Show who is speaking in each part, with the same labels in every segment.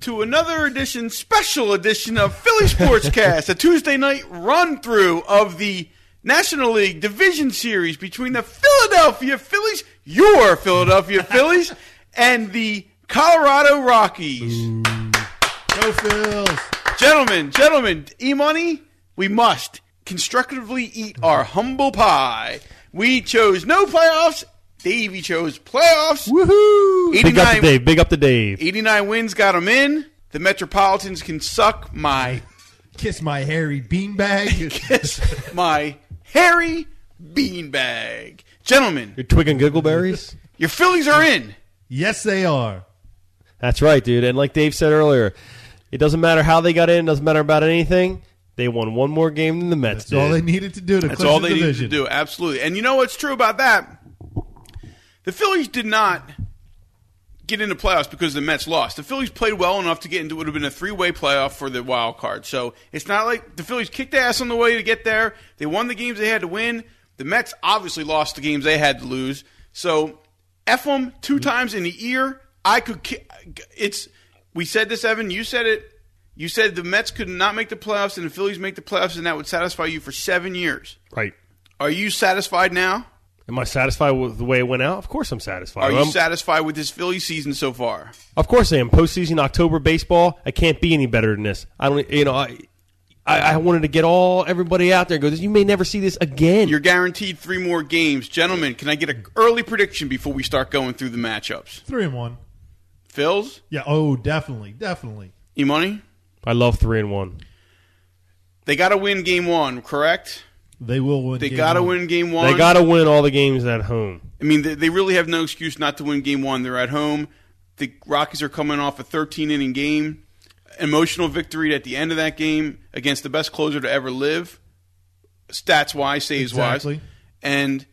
Speaker 1: to another edition, special edition of Philly Sportscast, a Tuesday night run through of the National League Division Series between the Philadelphia Phillies, your Philadelphia Phillies, and the Colorado Rockies.
Speaker 2: Go Phils.
Speaker 1: Gentlemen, gentlemen, e money, we must constructively eat our humble pie. We chose no playoffs. Davey chose playoffs.
Speaker 2: Woohoo!
Speaker 3: Big up to
Speaker 1: 89
Speaker 3: Dave. Big up to Dave.
Speaker 1: 89 wins got them in. The Metropolitans can suck my
Speaker 2: Kiss my hairy beanbag.
Speaker 1: kiss my hairy beanbag. Gentlemen,
Speaker 3: Your twig and giggleberries.
Speaker 1: your Phillies are in.
Speaker 2: yes, they are.
Speaker 3: That's right, dude. And like Dave said earlier, it doesn't matter how they got in. Doesn't matter about anything. They won one more game than the Mets
Speaker 2: That's all they
Speaker 3: did.
Speaker 2: needed to do to
Speaker 1: That's
Speaker 2: clinch
Speaker 1: all
Speaker 2: the
Speaker 1: they needed
Speaker 2: division.
Speaker 1: to do. Absolutely. And you know what's true about that? The Phillies did not get into playoffs because the Mets lost. The Phillies played well enough to get into would have been a three way playoff for the wild card. So it's not like the Phillies kicked their ass on the way to get there. They won the games they had to win. The Mets obviously lost the games they had to lose. So f them two times in the ear. I could. Ki- it's. We said this, Evan. You said it. You said the Mets could not make the playoffs and the Phillies make the playoffs, and that would satisfy you for seven years.
Speaker 3: Right.
Speaker 1: Are you satisfied now?
Speaker 3: Am I satisfied with the way it went out? Of course, I'm satisfied.
Speaker 1: Are you
Speaker 3: I'm-
Speaker 1: satisfied with this Philly season so far?
Speaker 3: Of course I am. Postseason October baseball. I can't be any better than this. I don't. You know. I. I, I wanted to get all everybody out there. and Go. You may never see this again.
Speaker 1: You're guaranteed three more games, gentlemen. Can I get an early prediction before we start going through the matchups?
Speaker 2: Three and one.
Speaker 1: Phils,
Speaker 2: Yeah. Oh, definitely, definitely.
Speaker 1: E Money,
Speaker 3: I love three and one.
Speaker 1: they got to win game one, correct?
Speaker 2: They will win.
Speaker 1: They
Speaker 2: game
Speaker 1: got to
Speaker 2: one.
Speaker 1: win game one.
Speaker 3: They got to win all the games at home.
Speaker 1: I mean, they, they really have no excuse not to win game one. They're at home. The Rockies are coming off a 13 inning game, emotional victory at the end of that game against the best closer to ever live, stats wise, saves
Speaker 2: Exactly.
Speaker 1: wise, and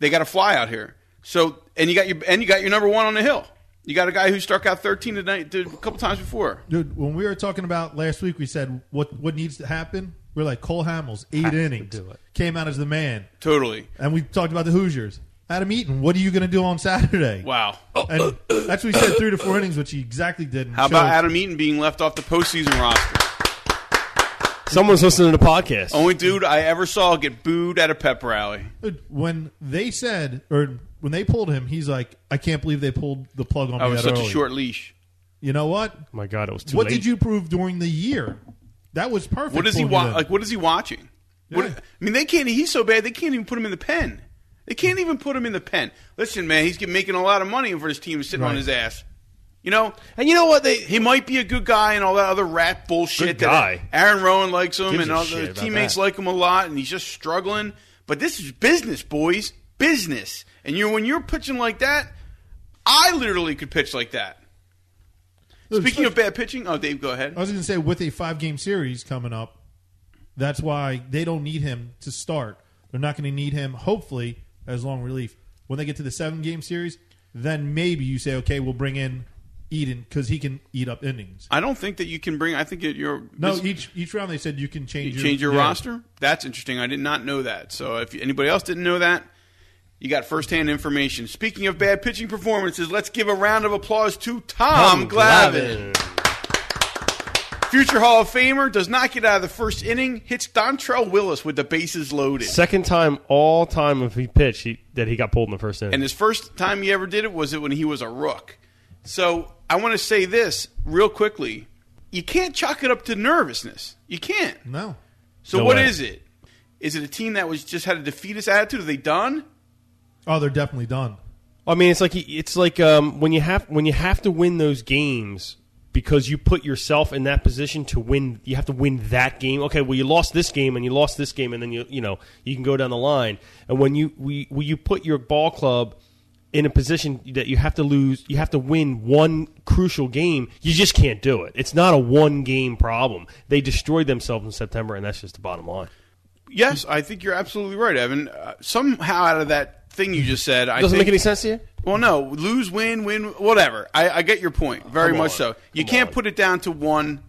Speaker 1: they got a fly out here. So, and you got your and you got your number one on the hill. You got a guy who struck out 13 tonight did a couple times before.
Speaker 2: Dude, when we were talking about last week, we said what what needs to happen. We're like Cole Hamels, eight innings,
Speaker 3: do it.
Speaker 2: came out as the man,
Speaker 1: Totally.
Speaker 2: and we talked about the Hoosiers. Adam Eaton, what are you going to do on Saturday?
Speaker 1: Wow.
Speaker 2: And that's what we said, three to four innings, which he exactly did. and
Speaker 1: How about
Speaker 2: showed.
Speaker 1: Adam Eaton being left off the postseason roster?
Speaker 3: Someone's listening to the podcast.
Speaker 1: Only dude I ever saw get booed at a pep rally.
Speaker 2: Dude, when they said or when they pulled him, he's like, I can't believe they pulled the plug on
Speaker 1: I
Speaker 2: me
Speaker 1: was
Speaker 2: that
Speaker 1: such
Speaker 2: early.
Speaker 1: a short leash.
Speaker 2: You know what?
Speaker 3: my God, it was too
Speaker 2: what
Speaker 3: late.
Speaker 2: did you prove during the year? That was perfect.
Speaker 1: What is he
Speaker 2: for me
Speaker 1: wa-
Speaker 2: then.
Speaker 1: like? What is he watching? What,
Speaker 2: Yeah.
Speaker 1: I mean, they can't. He's so bad they can't even put him in the pen. They can't even put him in the pen. Listen, man, he's get- making a lot of money for his team sitting on
Speaker 2: Right.
Speaker 1: his ass. You know,
Speaker 3: And you know what? They
Speaker 1: he might be a good guy and all that other rat bullshit.
Speaker 3: Good
Speaker 1: that
Speaker 3: guy.
Speaker 1: Aaron Rowan likes him,
Speaker 3: Gives
Speaker 1: and
Speaker 3: a
Speaker 1: all
Speaker 3: shit
Speaker 1: the
Speaker 3: about
Speaker 1: teammates
Speaker 3: that.
Speaker 1: like him a lot, and he's just struggling. But this is business, boys, business. And you, are when you're pitching like that, I literally could pitch like that.
Speaker 2: Dude,
Speaker 1: Speaking
Speaker 2: so-
Speaker 1: of bad pitching, oh Dave, go ahead.
Speaker 3: Uh,
Speaker 2: I was going to say with a five game series coming up, that's why they don't need him to start. They're not going to need him. Hopefully, as long relief when they get to the seven game series, then maybe you say, okay, we'll bring in Eden because he can eat up innings.
Speaker 1: I don't think that you can bring. I think that you're
Speaker 2: No,
Speaker 1: this-
Speaker 2: each each round they said you can change
Speaker 1: You
Speaker 2: your,
Speaker 1: change your
Speaker 2: yeah.
Speaker 1: roster? That's interesting. I did not know that. So if anybody else didn't know that, you got firsthand information. Speaking of bad pitching performances, let's give a round of applause to Tom, Glavine. Future Hall of Famer does not get out of the first inning, hits Dontrell Willis with the bases loaded.
Speaker 3: Second time all time if he pitched he, that he got pulled in the first inning.
Speaker 1: And his first time he ever did it was it when he was a rook. So I want to say this real quickly. You can't chalk it up to nervousness. You can't.
Speaker 2: No,
Speaker 1: So
Speaker 3: No
Speaker 1: what
Speaker 3: way.
Speaker 1: is it? Is it a team that was just had a defeatist attitude? Are they done?
Speaker 2: oh, they're definitely done.
Speaker 3: I mean, it's like he- it's like um, when you have when you have to win those games because you put yourself in that position to win. You have to win that game. Okay, well you lost this game and you lost this game, and then you you know you can go down the line. And when you we when you put your ball club in a position that you have to lose, you have to win one crucial game. You just can't do it. It's not a one game problem. They destroyed themselves in September, and that's just the bottom line.
Speaker 1: Yes, I think you're absolutely right, Evan. Uh, somehow out of that thing you just said, I
Speaker 3: Doesn't
Speaker 1: think,
Speaker 3: make any sense to you?
Speaker 1: Well, no, lose, win, win, whatever. I, I get your point very
Speaker 3: Come
Speaker 1: much
Speaker 3: on.
Speaker 1: so. You
Speaker 3: Come
Speaker 1: can't
Speaker 3: on.
Speaker 1: put it down to one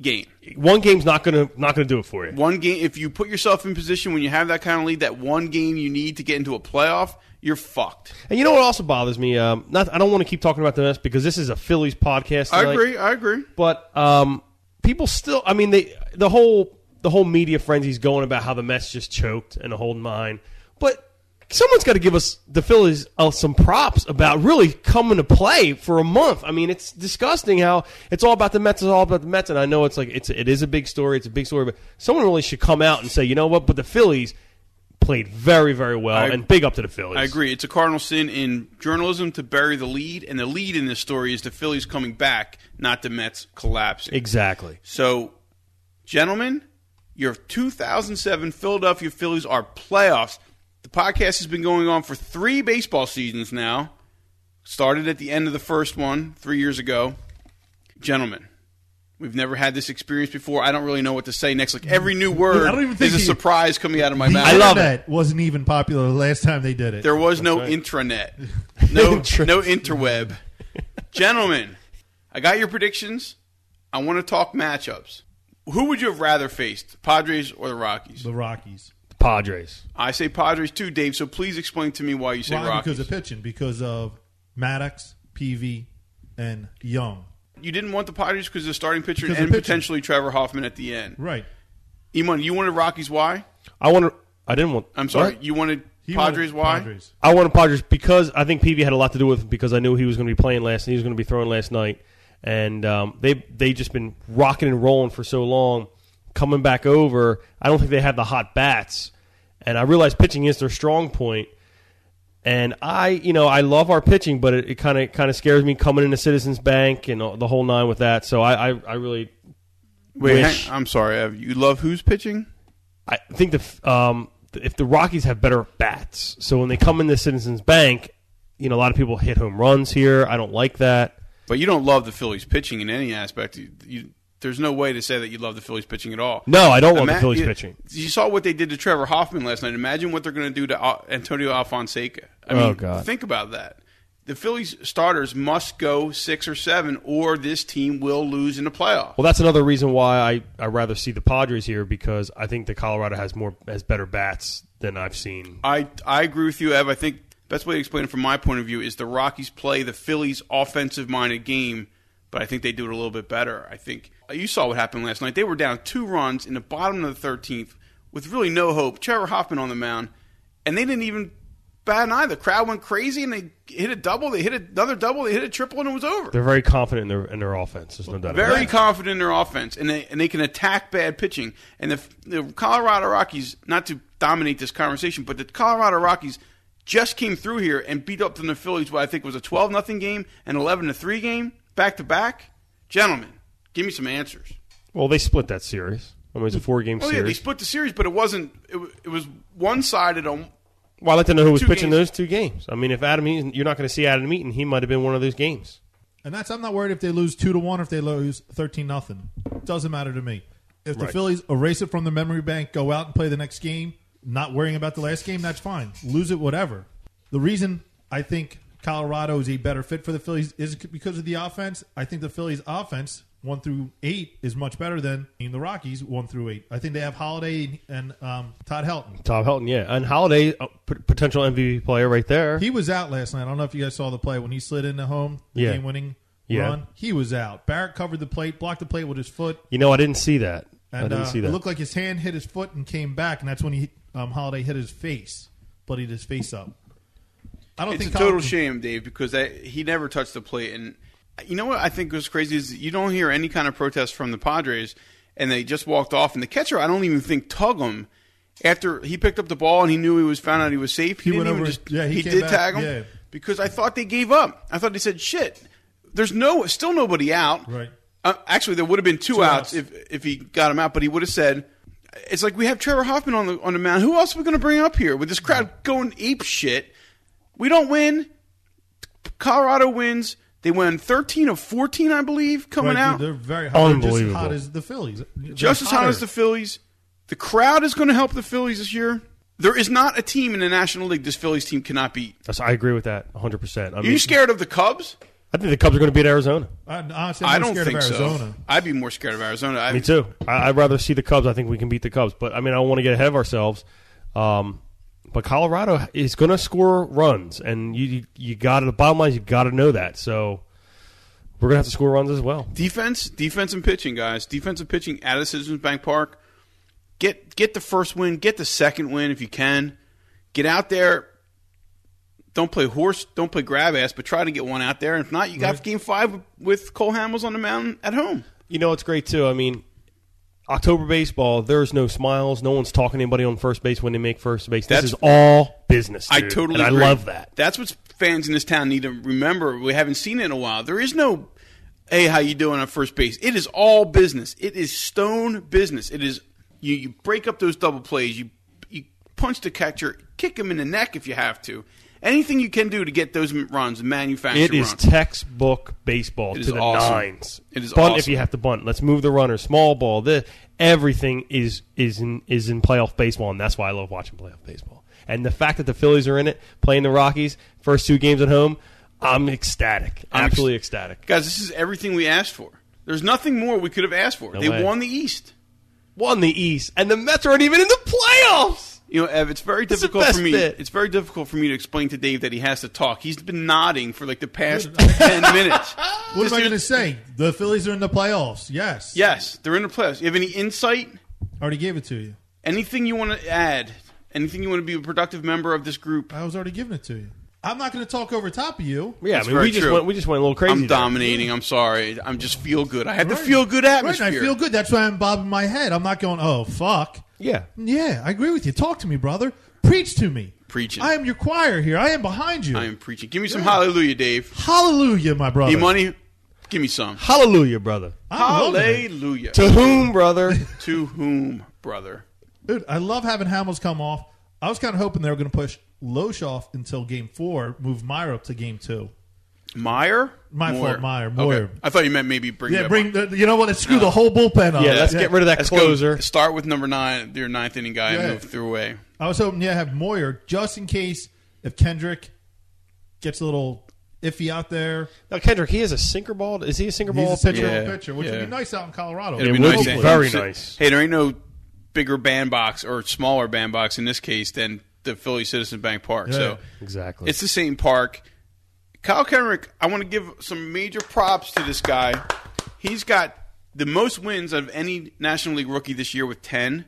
Speaker 1: game.
Speaker 3: One game's not gonna not gonna do it for you.
Speaker 1: One game, if you put yourself in position when you have that kind of lead, that one game you need to get into a playoff, you're fucked.
Speaker 3: And you know what also bothers me? Um, not I don't want to keep talking about the Mets because this is a Phillies podcast.
Speaker 1: I
Speaker 3: tonight.
Speaker 1: agree. I agree.
Speaker 3: but um, people still. I mean, they the whole the whole media frenzy's going about how the Mets just choked and the whole nine. But someone's got to give us the Phillies uh, some props about really coming to play for a month. I mean, it's disgusting how it's all about the Mets. It's all about the Mets, and I know it's like it's it is a big story. It's a big story, but someone really should come out and say, you know what? But the Phillies played very very well,
Speaker 1: I-
Speaker 3: and big up to the Phillies.
Speaker 1: I agree. It's a cardinal sin in journalism to bury the lead, and the lead in this story is the Phillies coming back, not the Mets collapsing.
Speaker 3: Exactly.
Speaker 1: So, gentlemen, your 2007 Philadelphia Phillies are playoffs. The podcast has been going on for three baseball seasons now. Started at the end of the first one three years ago. Gentlemen, we've never had this experience before. I don't really know what to say next. Like every new word
Speaker 2: I don't even think
Speaker 1: is a
Speaker 2: he-
Speaker 1: surprise coming out of my
Speaker 2: The
Speaker 1: mouth.
Speaker 3: I love
Speaker 2: internet wasn't even popular the last time they did it.
Speaker 1: There was no intranet, no
Speaker 3: Intra-
Speaker 1: no interweb. Gentlemen, I got your predictions. I want to talk matchups. Who would you have rather faced, the Padres or the Rockies?
Speaker 2: the Rockies.
Speaker 3: The Padres.
Speaker 1: I say Padres too, Dave. So please explain to me why you say
Speaker 2: Why?
Speaker 1: Rockies.
Speaker 2: Because of pitching, because of Maddox, PV, and Young.
Speaker 1: you didn't want the Padres because of the starting pitcher
Speaker 2: Because of
Speaker 1: and
Speaker 2: pitching.
Speaker 1: potentially Trevor Hoffman at the end.
Speaker 2: Right.
Speaker 1: Iman, you wanted Rockies? Why?
Speaker 3: I want to. I didn't want.
Speaker 1: I'm sorry,
Speaker 3: What?
Speaker 1: you wanted
Speaker 2: He
Speaker 1: Padres?
Speaker 2: wanted
Speaker 1: Why?
Speaker 2: Padres.
Speaker 3: I wanted Padres because I think PV had a lot to do with it because I knew he was going to be playing last and he was going to be throwing last night, and um, they they just been rocking and rolling for so long. Coming back over, I don't think they had the hot bats, and I realized pitching is their strong point. And I, you know, I love our pitching, but it kind of kind of scares me coming into Citizens Bank and all- the whole nine with that. So I, I, I really
Speaker 1: Wait,
Speaker 3: wish-
Speaker 1: hang, I'm sorry. Ev, You love who's pitching?
Speaker 3: I think the f- um, th- if the Rockies have better bats, so when they come into Citizens Bank, you know a lot of people hit home runs here. I don't like that.
Speaker 1: But you don't love the Phillies pitching in any aspect. You, you, there's no way to say that you love the Phillies pitching at all.
Speaker 3: No, I don't love
Speaker 1: Ima-
Speaker 3: the Phillies
Speaker 1: you,
Speaker 3: pitching.
Speaker 1: You saw what they did to Trevor Hoffman last night. Imagine what they're going to do to Al- Antonio Alfonseca. I mean,
Speaker 3: Oh, God.
Speaker 1: think about that. The Phillies starters must go six or seven, or this team will lose in the playoff.
Speaker 3: Well, that's another reason why I I rather see the Padres here because I think the Colorado has more has better bats than I've seen.
Speaker 1: I I agree with you, Ev. I think the best way to explain it from my point of view is the Rockies play the Phillies' offensive-minded game, but I think they do it a little bit better. I think uh, you saw what happened last night. They were down two runs in the bottom of the 13th with really no hope. Trevor Hoffman on the mound, and they didn't even bat an eye. The crowd went crazy, and they hit a double. They hit another double. They hit a triple, and it was over.
Speaker 3: They're very confident in their in their offense. There's no doubt. about
Speaker 1: Very
Speaker 3: it.
Speaker 1: confident in their offense, and they and they can attack bad pitching. And the, the Colorado Rockies, not to dominate this conversation, but the Colorado Rockies just came through here and beat up on the Phillies. What I think was a twelve nothing game and eleven to three game back to back. Gentlemen, give me some answers.
Speaker 3: Well, they split that series. I mean, it's a four game
Speaker 1: Well, yeah, they
Speaker 3: series.
Speaker 1: split the series, but it wasn't. It, wa- it was one sided on
Speaker 3: well, I like to know who was
Speaker 1: two
Speaker 3: pitching those
Speaker 1: games.
Speaker 3: two games. I mean, if Adam Eaton, you're not going to see Adam Eaton, he might have been one of those games.
Speaker 2: And that's I'm not worried if they lose two to one or if they lose thirteen nothing. Doesn't matter to me. If the
Speaker 3: Right.
Speaker 2: Phillies erase it from the memory bank, go out and play the next game, not worrying about the last game, that's fine. Lose it, whatever. The reason I think Colorado is a better fit for the Phillies is because of the offense. I think the Phillies' offense one through eight is much better than the Rockies one through eight. I think they have Holiday and um, Todd Helton.
Speaker 3: Tom Helton, yeah, and Holiday, a p- potential MVP player right there.
Speaker 2: He was out last night. I don't know if you guys saw the play when he slid into home, the
Speaker 3: Yeah.
Speaker 2: game winning
Speaker 3: Yeah.
Speaker 2: run. He was out. Barrett covered the plate, blocked the plate with his foot,
Speaker 3: You know, I didn't see that. I
Speaker 2: and
Speaker 3: didn't
Speaker 2: uh,
Speaker 3: see that.
Speaker 2: it looked like his hand hit his foot and came back, and that's when he um, Holiday hit his face, bloodied his face up. I don't
Speaker 1: It's a
Speaker 2: think
Speaker 1: total
Speaker 2: Hol-
Speaker 1: shame, Dave, because that, he never touched the plate. And you know what I think was crazy is you don't hear any kind of protest from the Padres, and they just walked off. And the catcher, I don't even think tug him after he picked up the ball and he knew he was found out he was safe. He,
Speaker 2: He
Speaker 1: didn't
Speaker 2: went
Speaker 1: even
Speaker 2: over-
Speaker 1: just
Speaker 2: yeah, he
Speaker 1: he
Speaker 2: came
Speaker 1: did
Speaker 2: back,
Speaker 1: tag him
Speaker 2: yeah.
Speaker 1: because I thought they gave up. I thought they said shit. There's no still nobody out.
Speaker 2: Right.
Speaker 1: Uh, actually, there would have been two,
Speaker 2: Two
Speaker 1: outs,
Speaker 2: outs.
Speaker 1: if if he got him out, but he would have said. It's like we have Trevor Hoffman on the on the mound. Who else are we going to bring up here with this crowd going ape shit? We don't win. Colorado wins. They win 13 of 14, I believe, coming
Speaker 2: Right, dude,
Speaker 1: out.
Speaker 2: They're very hot. They're just as
Speaker 3: Unbelievable.
Speaker 2: hot as the Phillies. They're
Speaker 1: Just as hot
Speaker 2: hotter.
Speaker 1: as the Phillies. The crowd is going to help the Phillies this year. There is not a team in the National League this Phillies team cannot beat.
Speaker 3: That's, I agree with that 100. percent I
Speaker 1: Are you scared of the Cubs?
Speaker 3: I think the Cubs are going to beat Arizona.
Speaker 2: I, honestly, I'm
Speaker 1: I
Speaker 2: not
Speaker 1: don't
Speaker 2: scared
Speaker 1: think
Speaker 2: of Arizona.
Speaker 1: so. I'd be more scared of Arizona. I,
Speaker 3: Me too. I, I'd rather see the Cubs. I think we can beat the Cubs, but I mean, I don't want to get ahead of ourselves. Um, but Colorado is going to score runs, and you you, you got to the bottom line. is You got to know that. So we're going to have to score runs as well.
Speaker 1: Defense, defense, and pitching, guys. Defensive pitching at a Citizens Bank Park. Get get the first win. Get the second win if you can. Get out there. Don't play horse. Don't play grab ass. But try to get one out there. And if not, you got Game Five with Cole Hamels on the mountain at home.
Speaker 3: You know, it's great too. I mean, October baseball. There's no smiles. No one's talking to anybody on first base when they make first base. This
Speaker 1: That's-
Speaker 3: is all business.
Speaker 1: I
Speaker 3: dude,
Speaker 1: totally.
Speaker 3: and
Speaker 1: agree.
Speaker 3: I love that.
Speaker 1: That's what fans in this town need to remember. We haven't seen it in a while. There is no, hey, how you doing on first base? It is all business. It is stone business. It is you. You break up those double plays. You you punch the catcher, kick him in the neck if you have to. Anything you can do to get those runs, manufacture
Speaker 3: It is
Speaker 1: runs.
Speaker 3: textbook baseball
Speaker 1: It
Speaker 3: to
Speaker 1: is
Speaker 3: the
Speaker 1: awesome.
Speaker 3: nines.
Speaker 1: It is
Speaker 3: bunt if
Speaker 1: awesome.
Speaker 3: you have to bunt. Let's move the runner. Small ball. This everything is is in is in playoff baseball, and that's why I love watching playoff baseball. And the fact that the Phillies are in it, playing the Rockies, first two games at home, I'm ecstatic.
Speaker 1: I'm ex-
Speaker 3: Absolutely ecstatic.
Speaker 1: Guys, this is everything we asked for. There's nothing more we could have asked for. they
Speaker 3: way.
Speaker 1: won the East.
Speaker 3: Won the East, and the Mets aren't even in the playoffs.
Speaker 1: You know, Ev, it's very
Speaker 3: That's the
Speaker 1: difficult for
Speaker 3: best
Speaker 1: me.
Speaker 3: bit.
Speaker 1: It's very difficult for me to explain to Dave that he has to talk. He's been nodding for like the past ten minutes.
Speaker 2: What
Speaker 1: Just do-
Speaker 2: am I going to say? The Phillies are in the playoffs. Yes.
Speaker 1: Yes, they're in the playoffs. You have any insight?
Speaker 2: I already gave it to you.
Speaker 1: Anything you want to add? Anything you want to be a productive member of this group?
Speaker 2: I was already giving it to you. I'm not going to talk over top of you.
Speaker 3: Yeah,
Speaker 1: That's
Speaker 3: I mean,
Speaker 1: very
Speaker 3: we just
Speaker 1: true.
Speaker 3: went we just went a little crazy.
Speaker 1: I'm
Speaker 3: there.
Speaker 1: dominating. I'm sorry. I'm just feel good. I had the
Speaker 2: Right.
Speaker 1: feel good
Speaker 2: Right,
Speaker 1: atmosphere.
Speaker 2: and I feel good. That's why I'm bobbing my head. I'm not going, oh, fuck.
Speaker 3: Yeah,
Speaker 2: Yeah, I agree with you. Talk to me, brother. Preach to me.
Speaker 1: Preaching.
Speaker 2: I am your choir here. I am behind you.
Speaker 1: I am preaching. Give me some hallelujah, Dave.
Speaker 2: Hallelujah, my brother.
Speaker 1: Need money? Give me some.
Speaker 3: hallelujah, brother.
Speaker 2: I'm loving it.
Speaker 1: Hallelujah.
Speaker 3: To whom, brother?
Speaker 1: To whom, brother?
Speaker 2: Dude, I love having Hamels come off. I was kind of hoping they were going to push Loesch off until game four, move Meyer up to game two.
Speaker 1: Meyer?
Speaker 2: My
Speaker 1: Moyer.
Speaker 2: fault, Meyer.
Speaker 1: Okay.
Speaker 2: Moyer.
Speaker 1: I thought you meant maybe bring.
Speaker 2: Yeah,
Speaker 1: that
Speaker 2: bring the, you know what? Let's screw the whole bullpen up.
Speaker 3: Yeah, let's get rid of that
Speaker 1: Let's go.
Speaker 3: closer.
Speaker 1: Start with number nine, your ninth inning guy,
Speaker 2: Yeah.
Speaker 1: and move through away.
Speaker 2: I was hoping yeah, have Moyer just in case if Kendrick gets a little iffy out there.
Speaker 3: Now, Kendrick, he has a sinker ball. Is he a sinker
Speaker 2: He's
Speaker 3: ball
Speaker 2: a pitcher,
Speaker 1: Yeah.
Speaker 2: pitcher, which
Speaker 1: Yeah.
Speaker 2: would be nice out in Colorado.
Speaker 1: It'd
Speaker 3: It
Speaker 1: be
Speaker 3: would
Speaker 1: nice.
Speaker 3: be
Speaker 1: to-
Speaker 3: very
Speaker 1: so-
Speaker 3: nice.
Speaker 1: Hey, there ain't no bigger bandbox or smaller bandbox in this case than the Philly Citizen Bank Park. So
Speaker 3: Exactly.
Speaker 1: it's the same park. Kyle Kenrick, I want to give some major props to this guy. He's got the most wins of any National League rookie this year with ten.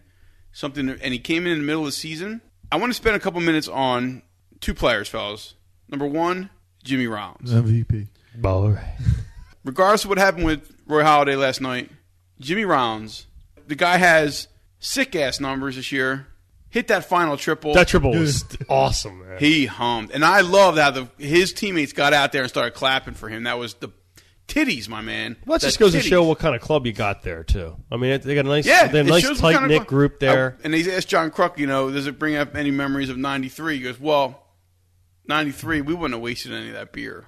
Speaker 1: Something, and he came in in the middle of the season. I want to spend a couple minutes on two players, fellas. Number one, Jimmy Rollins.
Speaker 2: MVP.
Speaker 3: all right.
Speaker 1: regardless of what happened with Roy Holiday last night, Jimmy Rounds, the guy has sick ass numbers this year. Hit that final triple.
Speaker 3: That triple was awesome, man.
Speaker 1: he hummed, and I loved how the his teammates got out there and started clapping for him. That was the titties, my man.
Speaker 3: well, that
Speaker 1: The
Speaker 3: just goes
Speaker 1: titties.
Speaker 3: to show what kind of club you got there, too. I mean, it- they got a nice,
Speaker 1: Yeah,
Speaker 3: they got a
Speaker 1: it
Speaker 3: nice
Speaker 1: shows what
Speaker 3: tight
Speaker 1: kind of- Oh.
Speaker 3: knit group there.
Speaker 1: I- and they asked John Cruck, you know, does it bring up any memories of '93? He goes, well, '93, we wouldn't have wasted any of that beer.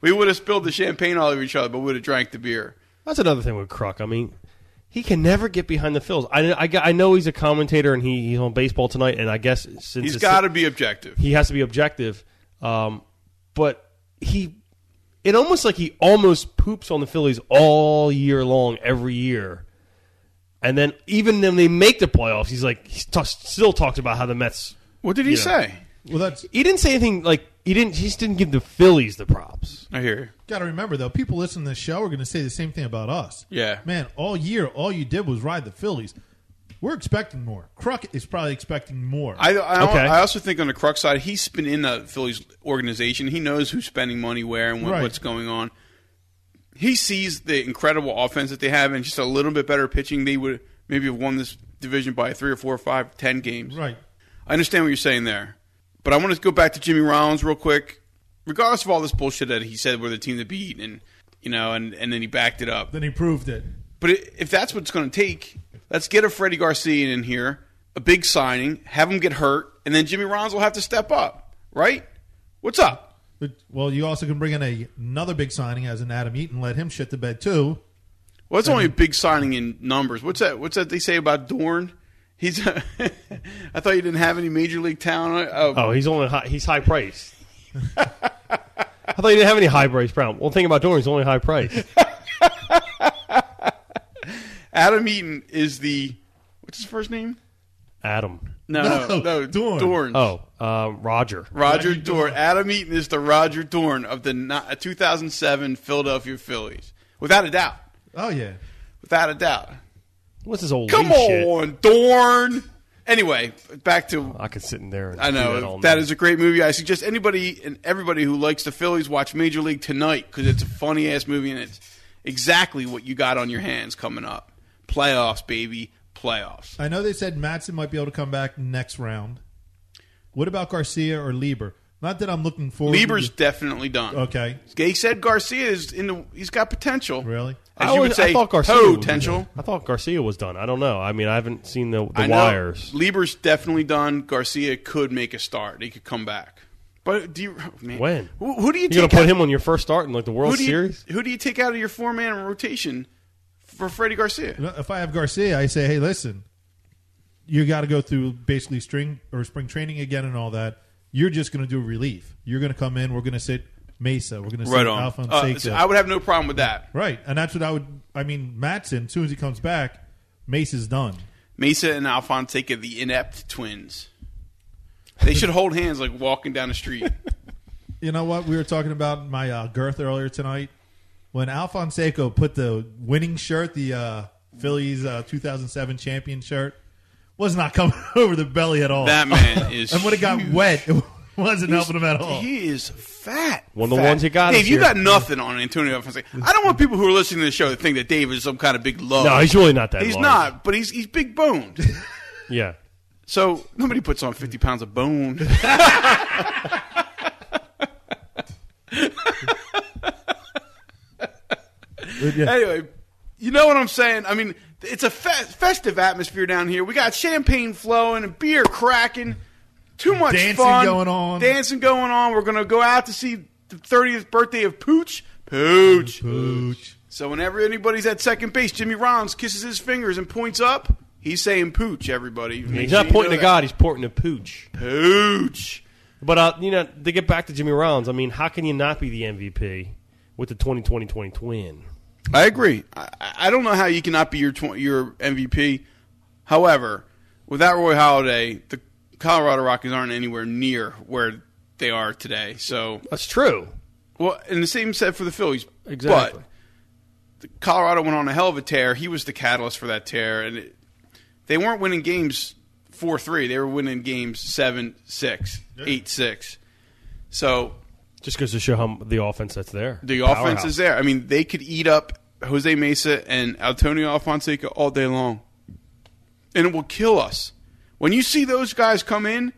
Speaker 1: we would have spilled the champagne all over each other, but we would have drank the beer.
Speaker 3: That's another thing with Kruk. I mean, he can never get behind the fills. I, I, I know he's a commentator and he, he's on baseball tonight, and I guess since
Speaker 1: He's
Speaker 3: it's-
Speaker 1: got to be objective.
Speaker 3: he has to be objective. Um, but he, it almost like he almost poops on the Phillies all year long, every year. And then even when they make the playoffs, he's like he t- still talks about how the Mets.
Speaker 1: What did he
Speaker 3: you know.
Speaker 1: say?
Speaker 2: Well, that's
Speaker 3: He didn't say anything like he didn't. He just didn't give the Phillies the props.
Speaker 1: I hear you.
Speaker 2: got to remember though. People listening to this show are going to say the same thing about us.
Speaker 1: Yeah.
Speaker 2: man. All year, all you did was ride the Phillies. We're expecting more. Cruck is probably expecting more.
Speaker 1: I, I,
Speaker 3: Okay.
Speaker 1: I also think on the Crux side, he's been in the Phillies organization. He knows who's spending money where and what,
Speaker 2: Right.
Speaker 1: what's going on. He sees the incredible offense that they have and just a little bit better pitching. They would maybe have won this division by three or four or five, ten games.
Speaker 2: right.
Speaker 1: I understand what you're saying there, but I want to go back to Jimmy Rollins real quick. Regardless of all this bullshit that he said, we're the team to beat, and you know, and, and then he backed it up.
Speaker 2: Then he proved it.
Speaker 1: But i- if that's what it's going to take, let's get a Freddie Garcia in here, a big signing, have him get hurt, and then Jimmy Rollins will have to step up, right? What's up?
Speaker 2: But, well, you also can bring in a, another big signing as an Adam Eaton. Let him shit the bed too.
Speaker 1: Well, it's only a big signing in numbers. What's that? What's that they say about Dorn? He's. I thought you didn't have any major league talent. Oh,
Speaker 3: Oh, he's only high, he's high priced. I thought you didn't have any high price Brown. Well, think about Doran. He's only high price.
Speaker 1: Adam Eaton is the what's his first name?
Speaker 3: Adam.
Speaker 1: No,
Speaker 2: No,
Speaker 1: no, no
Speaker 2: Dorn.
Speaker 1: Dorn.
Speaker 3: Oh, uh, Roger.
Speaker 1: Roger,
Speaker 2: Roger
Speaker 1: Dorn. Adam Eaton is the Roger Dorn of the ni- 2007 Philadelphia Phillies, without a doubt.
Speaker 2: Oh yeah.
Speaker 1: Without a doubt.
Speaker 3: What's his old
Speaker 1: Come
Speaker 3: league shit?
Speaker 1: on, Dorn. Anyway, back to
Speaker 3: I could sit in there. And
Speaker 1: I
Speaker 3: do that all
Speaker 1: know that
Speaker 3: night.
Speaker 1: is a great movie. I suggest anybody and everybody who likes the Phillies watch Major League tonight because it's a funny ass movie and it's exactly what you got on your hands coming up. Playoffs, baby, playoffs.
Speaker 2: I know they said Matson might be able to come back next round. What about Garcia or Lieber? Not that I'm looking forward.
Speaker 1: Lieber's
Speaker 2: to
Speaker 1: definitely done.
Speaker 2: okay.
Speaker 1: They said Garcia is in the. He's got potential.
Speaker 2: Really?
Speaker 3: I,
Speaker 1: As you
Speaker 3: always-
Speaker 1: would say,
Speaker 3: I thought Garcia was
Speaker 1: potential.
Speaker 3: done. I thought Garcia was done. I don't know. I mean, I haven't seen the, the
Speaker 1: I know
Speaker 3: wires.
Speaker 1: Lieber's definitely done. Garcia could make a start. He could come back. But do you oh, man.
Speaker 3: When?
Speaker 1: Who, who do you
Speaker 3: You're gonna
Speaker 1: take
Speaker 3: put
Speaker 1: out-
Speaker 3: him on your first start in like the World
Speaker 1: who do you,
Speaker 3: Series?
Speaker 1: Who do you take out of your four man rotation for Freddie Garcia?
Speaker 2: You know, If I have Garcia, I say, hey, listen, you got to go through basically string or spring training again and all that. You're just going to do relief. You're going to come in. We're going to sit Mesa. We're going to sit
Speaker 1: Right on.
Speaker 2: Alfonso.
Speaker 1: Uh, so I would have no problem with that.
Speaker 2: right, and that's what I would. I mean, Matson. As soon as he comes back, Mesa's done.
Speaker 1: Mesa and Alfonseca, the inept twins. They should hold hands like walking down the street.
Speaker 2: You know what? We were talking about my uh, girth earlier tonight. When Alfonseco put the winning shirt, the uh, Phillies uh, 2007 champion shirt, was not coming over the belly at all.
Speaker 1: That man is.
Speaker 2: and when it got
Speaker 1: huge.
Speaker 2: wet, it wasn't helping him at all.
Speaker 1: He is fat.
Speaker 3: One of the
Speaker 1: Fat.
Speaker 3: ones you got
Speaker 1: Dave,
Speaker 3: us
Speaker 1: you
Speaker 3: here.
Speaker 1: got nothing on Antonio Alfonseca. I don't want people who are listening to the show to think that Dave is some kind of big love.
Speaker 3: No, he's really not that.
Speaker 1: He's
Speaker 3: large.
Speaker 1: not, but he's he's big boned.
Speaker 3: Yeah.
Speaker 1: So nobody puts on fifty pounds of bone.
Speaker 2: Yeah.
Speaker 1: anyway, you know what I'm saying? I mean, it's a fe- festive atmosphere down here. We got champagne flowing and beer cracking. Too much
Speaker 2: Dancing
Speaker 1: fun
Speaker 2: going on.
Speaker 1: Dancing going on. We're gonna go out to see the 30th birthday of Pooch. Pooch.
Speaker 2: Pooch.
Speaker 1: So whenever anybody's at second base, Jimmy Rollins kisses his fingers and points up. He's saying Pooch. Everybody. Make
Speaker 3: He's
Speaker 1: sure
Speaker 3: not
Speaker 1: you
Speaker 3: pointing to
Speaker 1: know that.
Speaker 3: God. He's pointing to Pooch.
Speaker 1: Pooch.
Speaker 3: But uh, you know, to get back to Jimmy Rollins, I mean, how can you not be the MVP with the 2020 twin?
Speaker 1: I agree. I, I don't know how you cannot be your tw- your MVP. However, without Roy Halladay, the Colorado Rockies aren't anywhere near where they are today. So,
Speaker 3: That's true.
Speaker 1: well, and the same said for the Phillies.
Speaker 3: Exactly.
Speaker 1: But Colorado went on a hell of a tear. He was the catalyst for that tear, and it, they weren't winning games four three. They were winning games seven six, eight six. So
Speaker 3: Just goes to show how the offense that's there.
Speaker 1: the offense
Speaker 3: Powerhouse.
Speaker 1: is there. I mean, they could eat up Jose Mesa and Antonio Alfonseca all day long, and it will kill us. When you see those guys come in,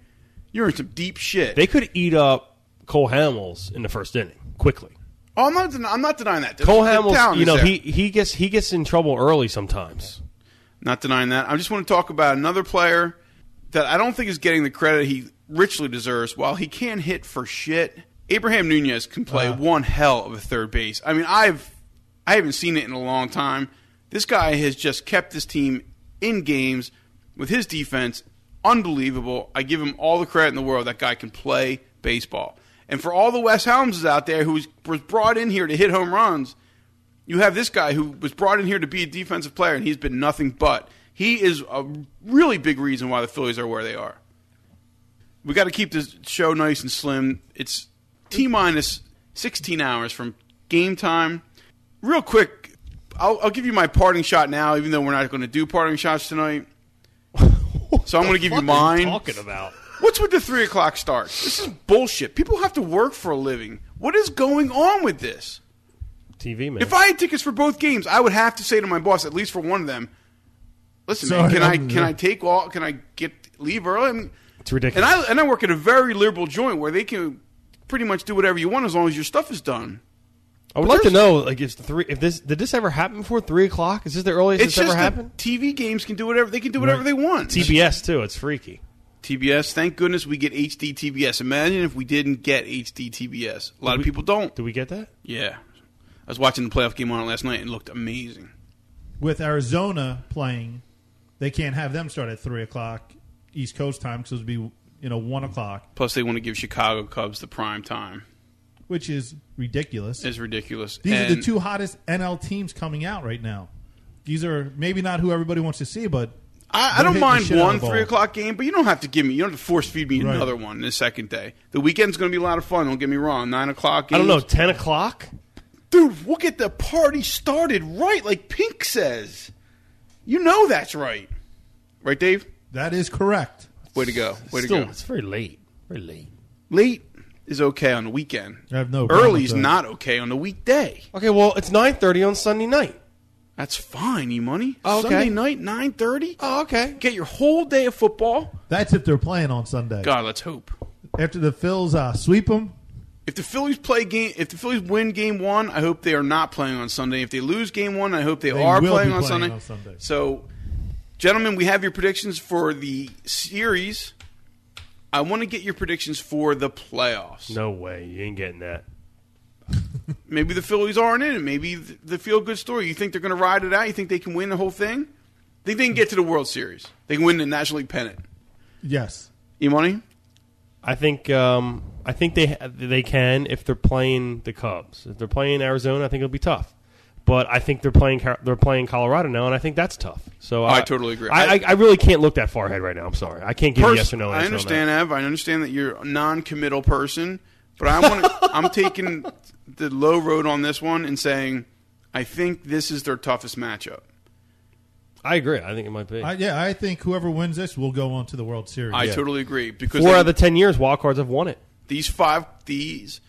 Speaker 1: you're in some deep shit.
Speaker 3: They could eat up Cole Hamels in the first inning quickly.
Speaker 1: oh, I'm not. den- I'm not denying that.
Speaker 3: Cole
Speaker 1: The
Speaker 3: Hamels,
Speaker 1: talent
Speaker 3: you
Speaker 1: is
Speaker 3: know,
Speaker 1: there.
Speaker 3: he, he gets he gets in trouble early sometimes.
Speaker 1: Not denying that. I just want to talk about another player that I don't think is getting the credit he richly deserves. While he can hit for shit, Abraham Nunez can play one hell of a third base. I mean, I've I haven't seen it in a long time. This guy has just kept this team in games with his defense. Unbelievable. I give him all the credit in the world. That guy can play baseball. And for all the Wes Helmses out there who was, was brought in here to hit home runs, you have this guy who was brought in here to be a defensive player, and he's been nothing but. He is a really big reason why the Phillies are where they are. We got to keep this show nice and slim. It's T minus 16 hours from game time. Real quick, I'll, I'll give you my parting shot now, even though we're not going to do parting shots tonight. So I'm going to give you
Speaker 3: What are
Speaker 1: mine.
Speaker 3: Talking about
Speaker 1: What's with the three o'clock starts? This is bullshit. People have to work for a living. What is going on with this?
Speaker 3: TV man.
Speaker 1: If I had tickets for both games, I would have to say to my boss, at least for one of them, "Listen, man,
Speaker 2: Sorry,
Speaker 1: can I
Speaker 2: I'm-
Speaker 1: can I take all? Can I get leave early?" I mean,
Speaker 3: it's ridiculous.
Speaker 1: and I and I work at a very liberal joint where they can pretty much do whatever you want as long as your stuff is done.
Speaker 3: I would like to know, like, if three, if this did this ever happen before three o'clock? Is this the earliest
Speaker 1: It's
Speaker 3: this
Speaker 1: just
Speaker 3: ever
Speaker 1: that
Speaker 3: happened?
Speaker 1: TV games can do whatever they can do whatever they want.
Speaker 3: TBS too. It's freaky.
Speaker 1: TBS, thank goodness we get HD TBS. Imagine if we didn't get HD TBS. A lot of
Speaker 3: We-
Speaker 1: people don't.
Speaker 3: Do we get that?
Speaker 1: Yeah, I was watching the playoff game on it last night and it looked amazing.
Speaker 2: With Arizona playing, they can't have them start at three o'clock East Coast time because it would be you know one o'clock.
Speaker 1: Plus, they want to give Chicago Cubs the prime time.
Speaker 2: which is ridiculous.
Speaker 1: It's ridiculous.
Speaker 2: These are the
Speaker 1: And-
Speaker 2: two hottest NL teams coming out right now. These are maybe not who everybody wants to see, but
Speaker 1: I,
Speaker 2: They're
Speaker 1: I don't
Speaker 2: hitting the
Speaker 1: mind
Speaker 2: shit out of
Speaker 1: one
Speaker 2: the ball.
Speaker 1: three o'clock game, but you don't have to give me. You don't have to force feed me
Speaker 2: Right.
Speaker 1: another one the second day. The weekend's going to be a lot of fun. Don't get me wrong. Nine o'clock.
Speaker 3: I don't know,
Speaker 1: games.
Speaker 3: ten o'clock.
Speaker 1: dude. We'll get the party started right, like Pink says. You know that's right, right, Dave?
Speaker 2: that is correct.
Speaker 1: Way to go. Way to
Speaker 3: Still,
Speaker 1: go.
Speaker 3: it's very late. Very late.
Speaker 1: Late is okay on the weekend.
Speaker 2: I have no problem
Speaker 1: Early is
Speaker 2: with that.
Speaker 1: not okay on the weekday.
Speaker 3: Okay, well, it's nine thirty on Sunday night.
Speaker 1: That's fine, you money.
Speaker 3: Oh, okay.
Speaker 1: Sunday night, nine thirty.
Speaker 3: Oh, okay.
Speaker 1: Get your whole day of football.
Speaker 2: That's if they're playing on Sunday.
Speaker 1: God, let's hope.
Speaker 2: After the Phils uh, sweep them,
Speaker 1: If the Phillies play game, if the Phillies win game one, I hope they are not playing on Sunday. If they lose game one, I hope they,
Speaker 2: They
Speaker 1: are
Speaker 2: will
Speaker 1: playing,
Speaker 2: be
Speaker 1: on,
Speaker 2: playing
Speaker 1: Sunday.
Speaker 2: on Sunday.
Speaker 1: So, gentlemen, we have your predictions for the series. I want to get your predictions for the playoffs.
Speaker 3: No way, you ain't getting that.
Speaker 1: Maybe the Phillies aren't in it. Maybe th- the feel good story. You think they're going to ride it out? You think they can win the whole thing? Think they can get to the World Series? They can win the National League pennant.
Speaker 2: yes.
Speaker 1: You money?
Speaker 3: I think um, I think they ha- they can if they're playing the Cubs. If they're playing Arizona, I think it'll be tough. But I think they're playing Car- they're playing Colorado now, and I think that's tough. So
Speaker 1: Oh, I totally agree.
Speaker 3: I, I, I really can't look that far ahead right now. I'm sorry, I can't give you a
Speaker 1: Pers-
Speaker 3: yes or no.
Speaker 1: I
Speaker 3: answer on
Speaker 1: understand, Ev. I understand that you're a non-committal person, but I want. I'm taking the low road on this one and saying, I think this is their toughest matchup.
Speaker 3: that. I agree. I think it might be
Speaker 2: I, yeah, I think whoever wins this will go on to the World Series.
Speaker 1: I
Speaker 3: Yeah.
Speaker 1: totally agree because
Speaker 3: four
Speaker 1: they-
Speaker 3: out of the ten years wild cards have won it.
Speaker 1: these five these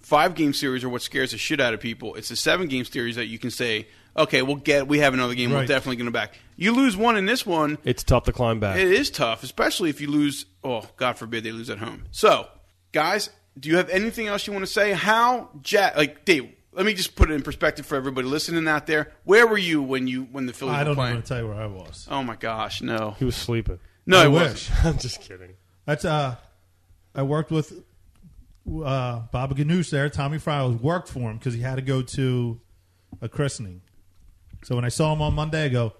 Speaker 1: five game series are what scares the shit out of people. It's the seven game series that you can say, okay, we'll get. We have another game. We're
Speaker 2: Right.
Speaker 1: definitely going to back. You lose one in this one,
Speaker 3: It's tough to climb back.
Speaker 1: it is tough, especially if you lose. Oh, God forbid they lose at home. So, guys, do you have anything else you want to say? How Jack? Like Dave, let me just put it in perspective for everybody listening out there. Where were you when you when the Phillies
Speaker 2: I
Speaker 1: were
Speaker 2: don't
Speaker 1: playing?
Speaker 2: want to tell you where I was.
Speaker 1: oh my gosh, no,
Speaker 3: he was sleeping.
Speaker 1: no,
Speaker 2: I
Speaker 1: it
Speaker 2: wish.
Speaker 1: wasn't.
Speaker 3: I'm just kidding.
Speaker 2: That's uh, I worked with uh, Baba Ganoush there. Tommy Fry was worked for him because he had to go to a christening. So when I saw him on Monday, I go,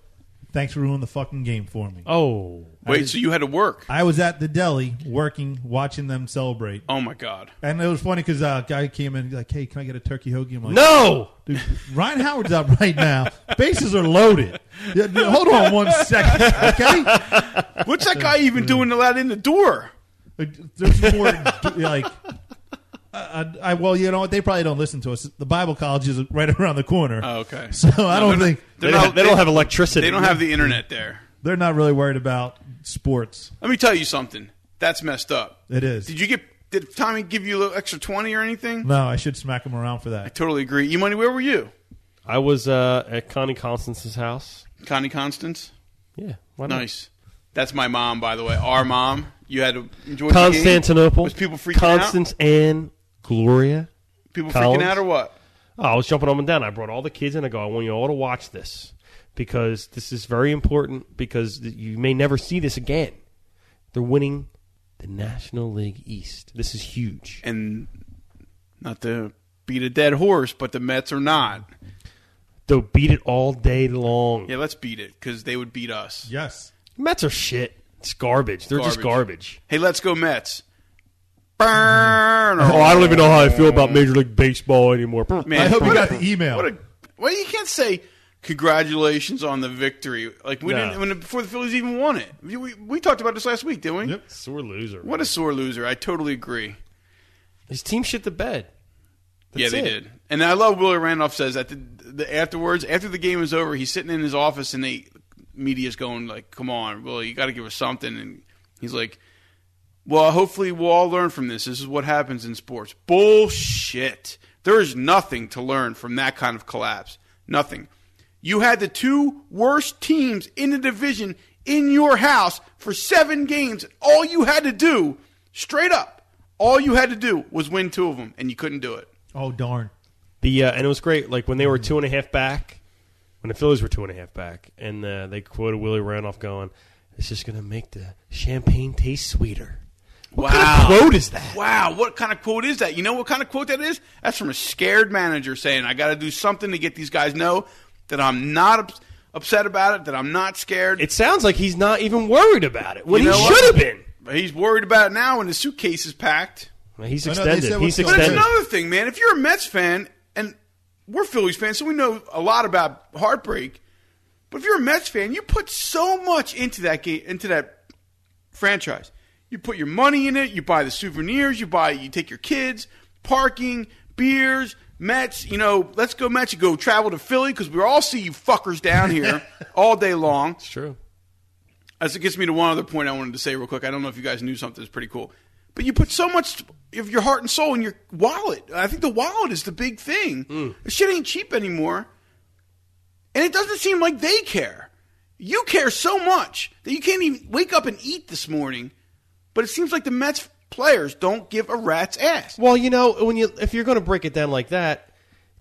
Speaker 2: "Thanks for ruining the fucking game for me."
Speaker 3: Oh,
Speaker 1: Wait, so you had to work?
Speaker 2: I was at the deli working, watching them celebrate,
Speaker 1: Oh my God,
Speaker 2: and it was funny because a uh, guy came in like, "Hey, can I get a turkey hoagie?" I'm like,
Speaker 3: no.
Speaker 2: Dude, Ryan Howard's up right now. Bases are loaded. Yeah, dude, Hold on one second, okay?
Speaker 1: what's that guy even doing allowed in the door?
Speaker 2: Like, There's more like. I, I, I- well, you know what? They probably don't listen to us. The Bible college is right around the corner.
Speaker 1: Oh, okay.
Speaker 2: So I
Speaker 1: No, they're not-
Speaker 2: don't think
Speaker 1: they're
Speaker 3: They don't,
Speaker 1: not-
Speaker 3: they don't have electricity.
Speaker 1: They don't have the internet there.
Speaker 2: they're not really worried about sports.
Speaker 1: Let me tell you something. That's messed up.
Speaker 2: It is.
Speaker 1: Did you get? Did Tommy give you a little extra twenty or anything?
Speaker 2: no, I should smack them around for that.
Speaker 1: Totally agree. You money? Where were you?
Speaker 3: I was uh, at Connie Constance's house.
Speaker 1: Connie Constance.
Speaker 3: Yeah, why not?
Speaker 1: Nice. That's my mom, by the way. Our mom. You had to enjoy the game?
Speaker 3: Constantinople.
Speaker 1: Was people freaking
Speaker 3: Constance and Gloria.
Speaker 1: out? People
Speaker 3: Collins?
Speaker 1: freaking out or what?
Speaker 3: Oh, I was jumping up and down. I brought all the kids in. I go, I want you all to watch this because this is very important because th- you may never see this again. They're winning the National League East. This is huge.
Speaker 1: And not to beat a dead horse, but the Mets are not.
Speaker 3: They'll beat it all day long.
Speaker 1: Yeah, let's beat it because they would beat us.
Speaker 2: Yes,
Speaker 3: Mets are shit. It's garbage. They're just garbage.
Speaker 1: Hey, let's go Mets. Burn.
Speaker 3: Mm-hmm. Oh, I don't even know how I feel about Major League Baseball anymore.
Speaker 2: I hope you
Speaker 1: what
Speaker 2: got
Speaker 1: a-
Speaker 2: the email.
Speaker 1: What a, well, you can't say congratulations on the victory. Like we
Speaker 3: No.
Speaker 1: didn't when before the Phillies even won it. We, we, we talked about this last week, didn't we?
Speaker 2: Yep.
Speaker 3: Sore loser.
Speaker 1: What a sore loser. I totally agree.
Speaker 3: His team shit the bed.
Speaker 1: yeah,
Speaker 3: That's
Speaker 1: they
Speaker 3: it.
Speaker 1: did. And I love Willie Randolph says that the, the afterwards, after the game is over, he's sitting in his office and the media's going like, "Come on, Willie, you got to give us something." And he's like, "Well, hopefully we'll all learn from this. This is what happens in sports." Bullshit. There is nothing to learn from that kind of collapse. Nothing. You had the two worst teams in the division in your house for seven games. All you had to do, straight up, all you had to do was win two of them, and you couldn't do it.
Speaker 2: oh darn!
Speaker 3: The uh, and it was great. Like when they were two and a half back, when the Phillies were two and a half back, and uh, they quoted Willie Randolph going, "It's just going to make the champagne taste sweeter." What
Speaker 1: Wow.
Speaker 3: kind of quote is that?
Speaker 1: Wow, what kind of quote is that? You know what kind of quote that is? That's from a scared manager saying, "I got to do something to get these guys know that I'm not ups- upset about it, that I'm not scared."
Speaker 3: It sounds like he's not even worried about it when
Speaker 1: You know
Speaker 3: he
Speaker 1: what?
Speaker 3: should have been.
Speaker 1: But He's worried about it now, and his suitcase is packed.
Speaker 3: He's
Speaker 2: I know, they
Speaker 3: extended. He's
Speaker 1: But
Speaker 2: said what's going
Speaker 1: it's
Speaker 2: Extended.
Speaker 3: extended.
Speaker 2: on.
Speaker 1: another thing, man. If you're a Mets fan, and we're Phillies fans, so we know a lot about heartbreak. But if you're a Mets fan, you put so much into that game, into that franchise. You put your money in it. You buy the souvenirs. You buy. You take your kids, parking, beers, Mets. You know, let's go Mets. You go travel to Philly because we all see you fuckers down here all day long.
Speaker 3: It's true.
Speaker 1: As it gets me to one other point I wanted to say real quick. I don't know if you guys knew something that's pretty cool. But you put so much of your heart and soul in your wallet. I think the wallet is the big thing.
Speaker 3: Hmm.
Speaker 1: This shit ain't cheap anymore. And it doesn't seem like they care. You care so much that you can't even wake up and eat this morning. But it seems like the Mets players don't give a rat's ass.
Speaker 3: Well, you know, when you if you're going to break it down like that,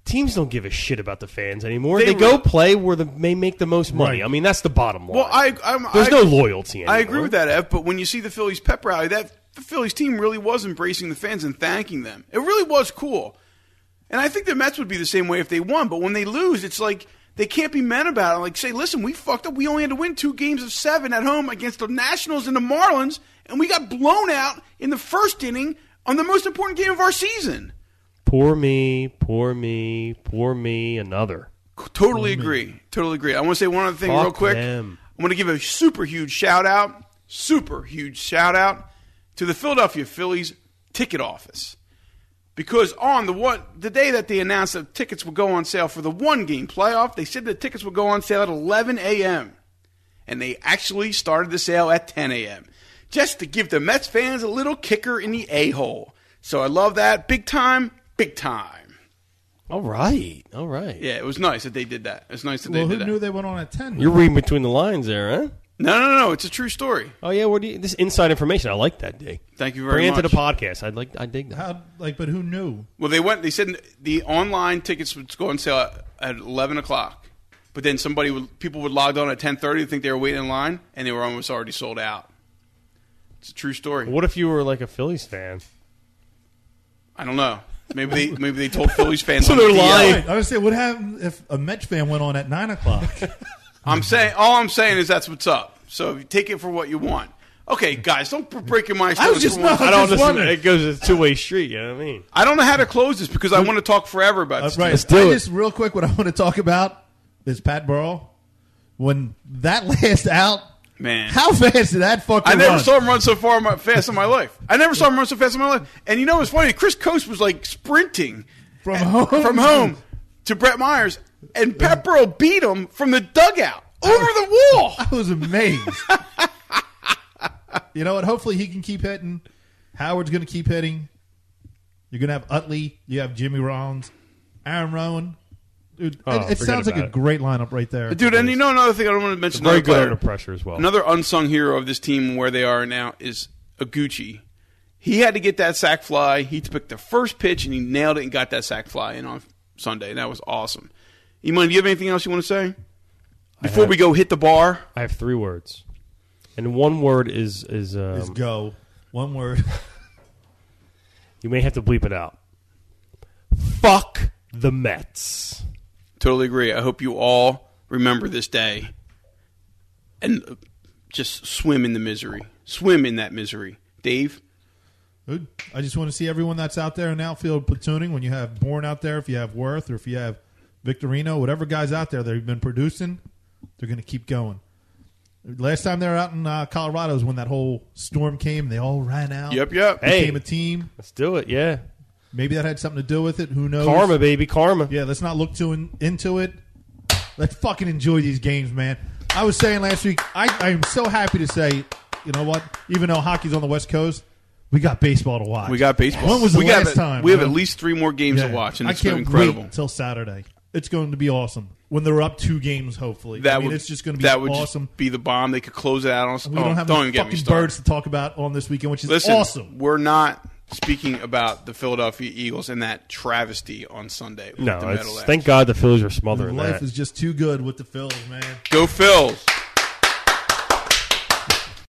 Speaker 3: teams don't give a shit about the fans anymore.
Speaker 1: They
Speaker 3: They, go
Speaker 1: really-
Speaker 3: play where the, they make the most money.
Speaker 2: Right.
Speaker 3: I mean, that's the bottom line.
Speaker 1: Well, I, I'm,
Speaker 3: There's
Speaker 1: I,
Speaker 3: no loyalty. Anymore.
Speaker 1: I agree with that, Ev. But when you see the Phillies pep rally, that the Phillies team really was embracing the fans and thanking them. It really was cool. And I think the Mets would be the same way if they won. But when they lose, it's like they can't be mad about it. Like say, listen, we fucked up. We only had to win two games of seven at home against the Nationals and the Marlins, and we got blown out in the first inning on the most important game of our season.
Speaker 3: Poor me, poor me, poor me. Another.
Speaker 1: Totally agree. Totally agree. I want to say one other thing real
Speaker 3: Fuck
Speaker 1: quick.
Speaker 3: them.
Speaker 1: I want to give a super huge shout out, super huge shout out to the Philadelphia Phillies ticket office. Because on the one the day that they announced that tickets would go on sale for the one game playoff, they said the tickets would go on sale at 11 a.m. And they actually started the sale at 10 a.m. just to give the Mets fans a little kicker in the a hole. So I love that. Big time, big time.
Speaker 3: All right, all right.
Speaker 1: Yeah, it was nice that they did that. It's nice that
Speaker 2: Well,
Speaker 1: they
Speaker 2: who
Speaker 1: did
Speaker 2: knew
Speaker 1: that.
Speaker 2: they went on at ten?
Speaker 3: You're reading between the lines there, huh?
Speaker 1: No, no, no. It's a true story.
Speaker 3: Oh yeah, what do you, this inside information? I like that, dig.
Speaker 1: Thank you very
Speaker 3: Bring
Speaker 1: much.
Speaker 3: it to the podcast. I'd like. I dig that.
Speaker 2: How, like, but who knew?
Speaker 1: Well, they went. They said the online tickets would go on sale at, at eleven o'clock, but then somebody would people would log on at ten thirty to think they were waiting in line, and they were almost already sold out. It's a true story.
Speaker 3: What if you were like a Phillies fan?
Speaker 1: I don't know. Maybe they maybe they told Phillies fans.
Speaker 3: So
Speaker 1: on the
Speaker 3: they're
Speaker 1: DL.
Speaker 3: lying.
Speaker 2: Right. I was saying, what happened if a Mets fan went on at nine o'clock?
Speaker 1: I'm saying all I'm saying is that's what's up. So take it for what you want. Okay, guys, don't b- break your mind.
Speaker 2: I was just-
Speaker 1: I
Speaker 2: I
Speaker 1: don't,
Speaker 2: was just wondering.
Speaker 3: It goes a two way street. You know what I mean?
Speaker 1: I don't know how to close this because I want to talk forever about
Speaker 2: Uh,
Speaker 1: this.
Speaker 2: right.
Speaker 3: let's do
Speaker 2: I
Speaker 3: it.
Speaker 2: Just real quick, what I want to talk about is Pat Burrow. When that last out,
Speaker 1: Man.
Speaker 2: how fast did that fucking
Speaker 1: I never
Speaker 2: run?
Speaker 1: saw him run so far in my, fast in my life. I never saw him run so fast in my life. And you know what's funny? Chris Coast was like sprinting
Speaker 2: From
Speaker 1: at-
Speaker 2: home
Speaker 1: from
Speaker 2: to-
Speaker 1: home to Brett Myers, and Pat Burrow beat him from the dugout over the wall.
Speaker 2: I was amazed. you know what? Hopefully he can keep hitting. Howard's going to keep hitting. You're going to have Utley. You have Jimmy Rollins, Aaron Rowan. Dude, it-
Speaker 3: Oh,
Speaker 2: it,
Speaker 3: forget
Speaker 2: sounds like
Speaker 3: about
Speaker 2: a
Speaker 3: it.
Speaker 2: great lineup right there.
Speaker 1: Dude, and you know another thing I don't want to mention.
Speaker 3: Very
Speaker 1: another
Speaker 3: good
Speaker 1: player-
Speaker 3: under pressure as well.
Speaker 1: Another unsung hero of this team where they are now is Aguchi. He had to get that sack fly. He took the first pitch and he nailed it and got that sack fly in on Sunday. And that was awesome. Iman, do you have anything else you want to say? Before
Speaker 3: have-
Speaker 1: we go hit the bar?
Speaker 3: I have three words, and one word is is, um,
Speaker 2: Just go. One word.
Speaker 3: you may have to bleep it out. Fuck the Mets.
Speaker 1: Totally agree. I hope you all remember this day and uh, just swim in the misery. Swim in that misery. Dave?
Speaker 2: Dude, I just want to see everyone that's out there in outfield platooning. When you have Bourne out there, if you have Worth, or if you have Victorino, whatever guys out there that have been producing, they're going to keep going. Last time they were out in uh, Colorado is when that whole storm came. They all ran out.
Speaker 1: Yep, yep.
Speaker 3: Hey.
Speaker 2: Became a team.
Speaker 3: Let's do it. Yeah, Oh,
Speaker 2: Maybe that had something to do with it. Who knows?
Speaker 3: karma, baby, karma.
Speaker 2: Yeah, let's not look too in, into it. Let's fucking enjoy these games, man. I was saying last week, I, I am so happy to say, you know what? Even though hockey's on the West Coast, we got baseball to watch.
Speaker 1: We got baseball.
Speaker 2: When was the
Speaker 1: we got
Speaker 2: last
Speaker 1: it-
Speaker 2: time?
Speaker 1: We have
Speaker 2: bro?
Speaker 1: at least three more games
Speaker 2: Yeah.
Speaker 1: to watch, and
Speaker 2: I
Speaker 1: it's
Speaker 2: can't
Speaker 1: incredible.
Speaker 2: wait till Saturday. It's going to be awesome when they're up two games. Hopefully,
Speaker 1: That
Speaker 2: I mean,
Speaker 1: would
Speaker 2: it's just going to be
Speaker 1: that would
Speaker 2: awesome.
Speaker 1: just be the bomb. They could close it out on. us.
Speaker 2: we
Speaker 1: oh,
Speaker 2: don't have
Speaker 1: don't
Speaker 2: any
Speaker 1: even get me
Speaker 2: fucking
Speaker 1: started.
Speaker 2: birds to talk about on this weekend, which is
Speaker 1: Listen,
Speaker 2: awesome.
Speaker 1: we're not speaking about the Philadelphia Eagles and that travesty on Sunday. with
Speaker 3: No,
Speaker 1: the
Speaker 3: it's,
Speaker 1: Meadowlands.
Speaker 3: thank God the Phillies are smothering
Speaker 2: Life
Speaker 3: that.
Speaker 2: is just too good with the Phils, man.
Speaker 1: go Phils.